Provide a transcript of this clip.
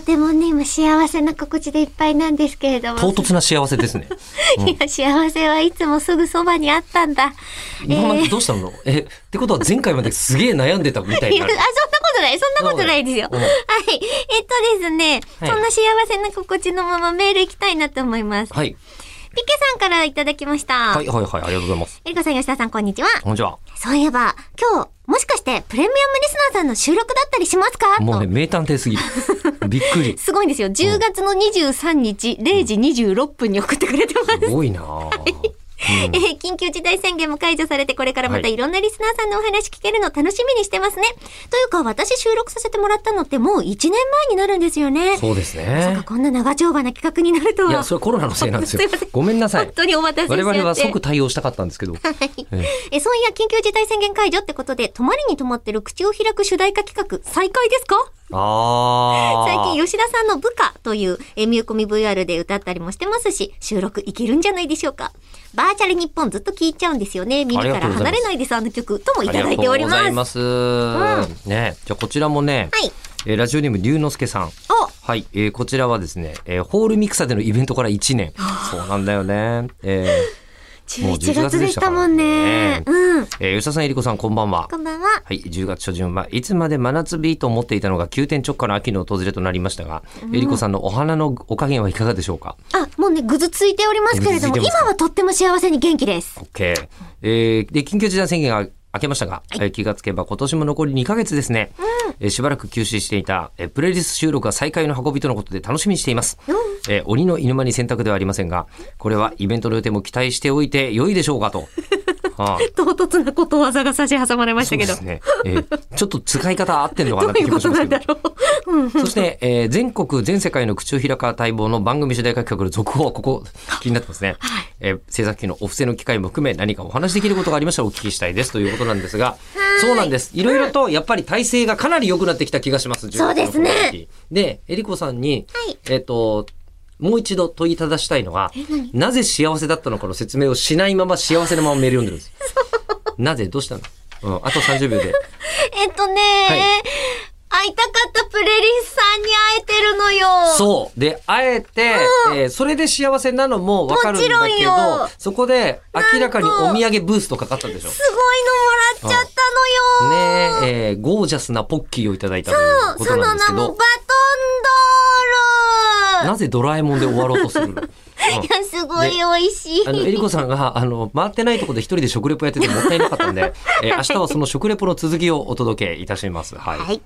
てもね、今幸せな心地でいっぱいなんですけれども。唐突な幸せですね。 いや、幸せはいつもすぐそばにあったんだ。今までどうしたのえ、ってことは前回まですげえ悩んでたみたいいにやな あ、そんるな。ことない、そんなことないですよ。うはんい。えっとですね、はいそんな幸せな心地のままメール行きたいなと思います。はい。ピケさんからいただきました。はいはいはい、ありがとうございます。えりこさん、吉田さん、こんにちは。こんにちは。そういえば、今日、もしかして、プレミアムリスナーさんの収録だったりしますかもうね、と名探偵すぎる。 びっくり。すごいんですよ。10月の23日、0時26分に送ってくれてます。すごいなあえー緊急事態宣言も解除されて、これからまたはいいろんなリスナーさんのお話聞けるの楽しみにしてますね。というか、私収録させてもらったのってもう1年前になるんですよね。そうですそうねか、。こんな長丁場な企画になるといは。や、それはコロナのせいなんですよ すいません。ごめんなさい本。当にお待たせしちゃ我って。々は即対応したかったんですけど。はいえええ、そういや、緊急事態宣言解除ってことで、泊まりに泊まってる口を開く主題歌企画、再開ですかああ。最近、吉田さんの部下という、えー、ミューコミ VR で歌ったりもしてますし、収録いけるんじゃないでしょうか。バーチャル日本ずっと聴いちゃうんですよね。耳かありがとらうござい離ますれないです、あの曲。ともいあたりがだいとうておりまごす。ざいます。ね、じゃあこちらもね、はい。えーラジオネーム龍之介さん。おはい、えーこちらはですね、えーホールミクサでのイベントから1年。そうなんだよね。えもう11月11で月でししたたももんんねね。うん。ーえー吉田さん、えりこさん、こんばんは。こんばんは。はい、10月初旬はいつまで真夏日と思っていたのが急転直下の秋の訪れとなりましたが、えりこさんのお花のお加減はいかがでしょうかあ、もうね、ぐずついておりますけれども、ぐずついてま今すかはとっても幸せに元気です。 OK。えーで、緊急事態宣言が明けましたが、えー気がつけば今年も残り2ヶ月ですね。えーしばらく休止していた、えープレイリスト収録が再開の運びとのことで楽しみにしています。えー鬼の犬間に選択ではありませんが、これはイベントの予定も期待しておいて良いでしょう かと。はあ唐突なことわざが差し挟まれましたそうけでど。すね。えーちょっと使い方合ってんのかどなうってい気うもこしとますなけんだ。どろう。 うん。そして、えー全国、全世界の口を開か待望の番組主題歌曲の続報は ここ気になってますね。えー制作費のお布施の機会も含め何かお話しできることがありましたらお聞きしたいですということなんですが、そうなんです。いろいろとやっぱり体制がかなり良くなってきた気がします。そうですね10月の時。で、えりこさんに、はいえっ、と、もう一度問いただしたいのは、なぜ幸せだったのかの説明をしないまま幸せのままメール読んでる んです。なぜどうしたのうん、あと30秒で。えっとね、はい会いたかったプレリスさんに会えてるのよ。そう。で、あえて、えーそれで幸せなのもわかるんだもちけろんよど、そこで明らかにお土産ブースとかかったでしょ。ねすごいのもらっちゃったのよ。え、えーゴージャスなポッキーをいただいたというこそとなのんです名けもバトンどド、ール。なぜドラえもんで終わろうとする の、うんいや、すごい美味しい。あの、えりこさんが、あの、回ってないところで一人で食レポやっててもったいなかったんで、えー明日はその食レポの続きをお届けいたします。はい。はい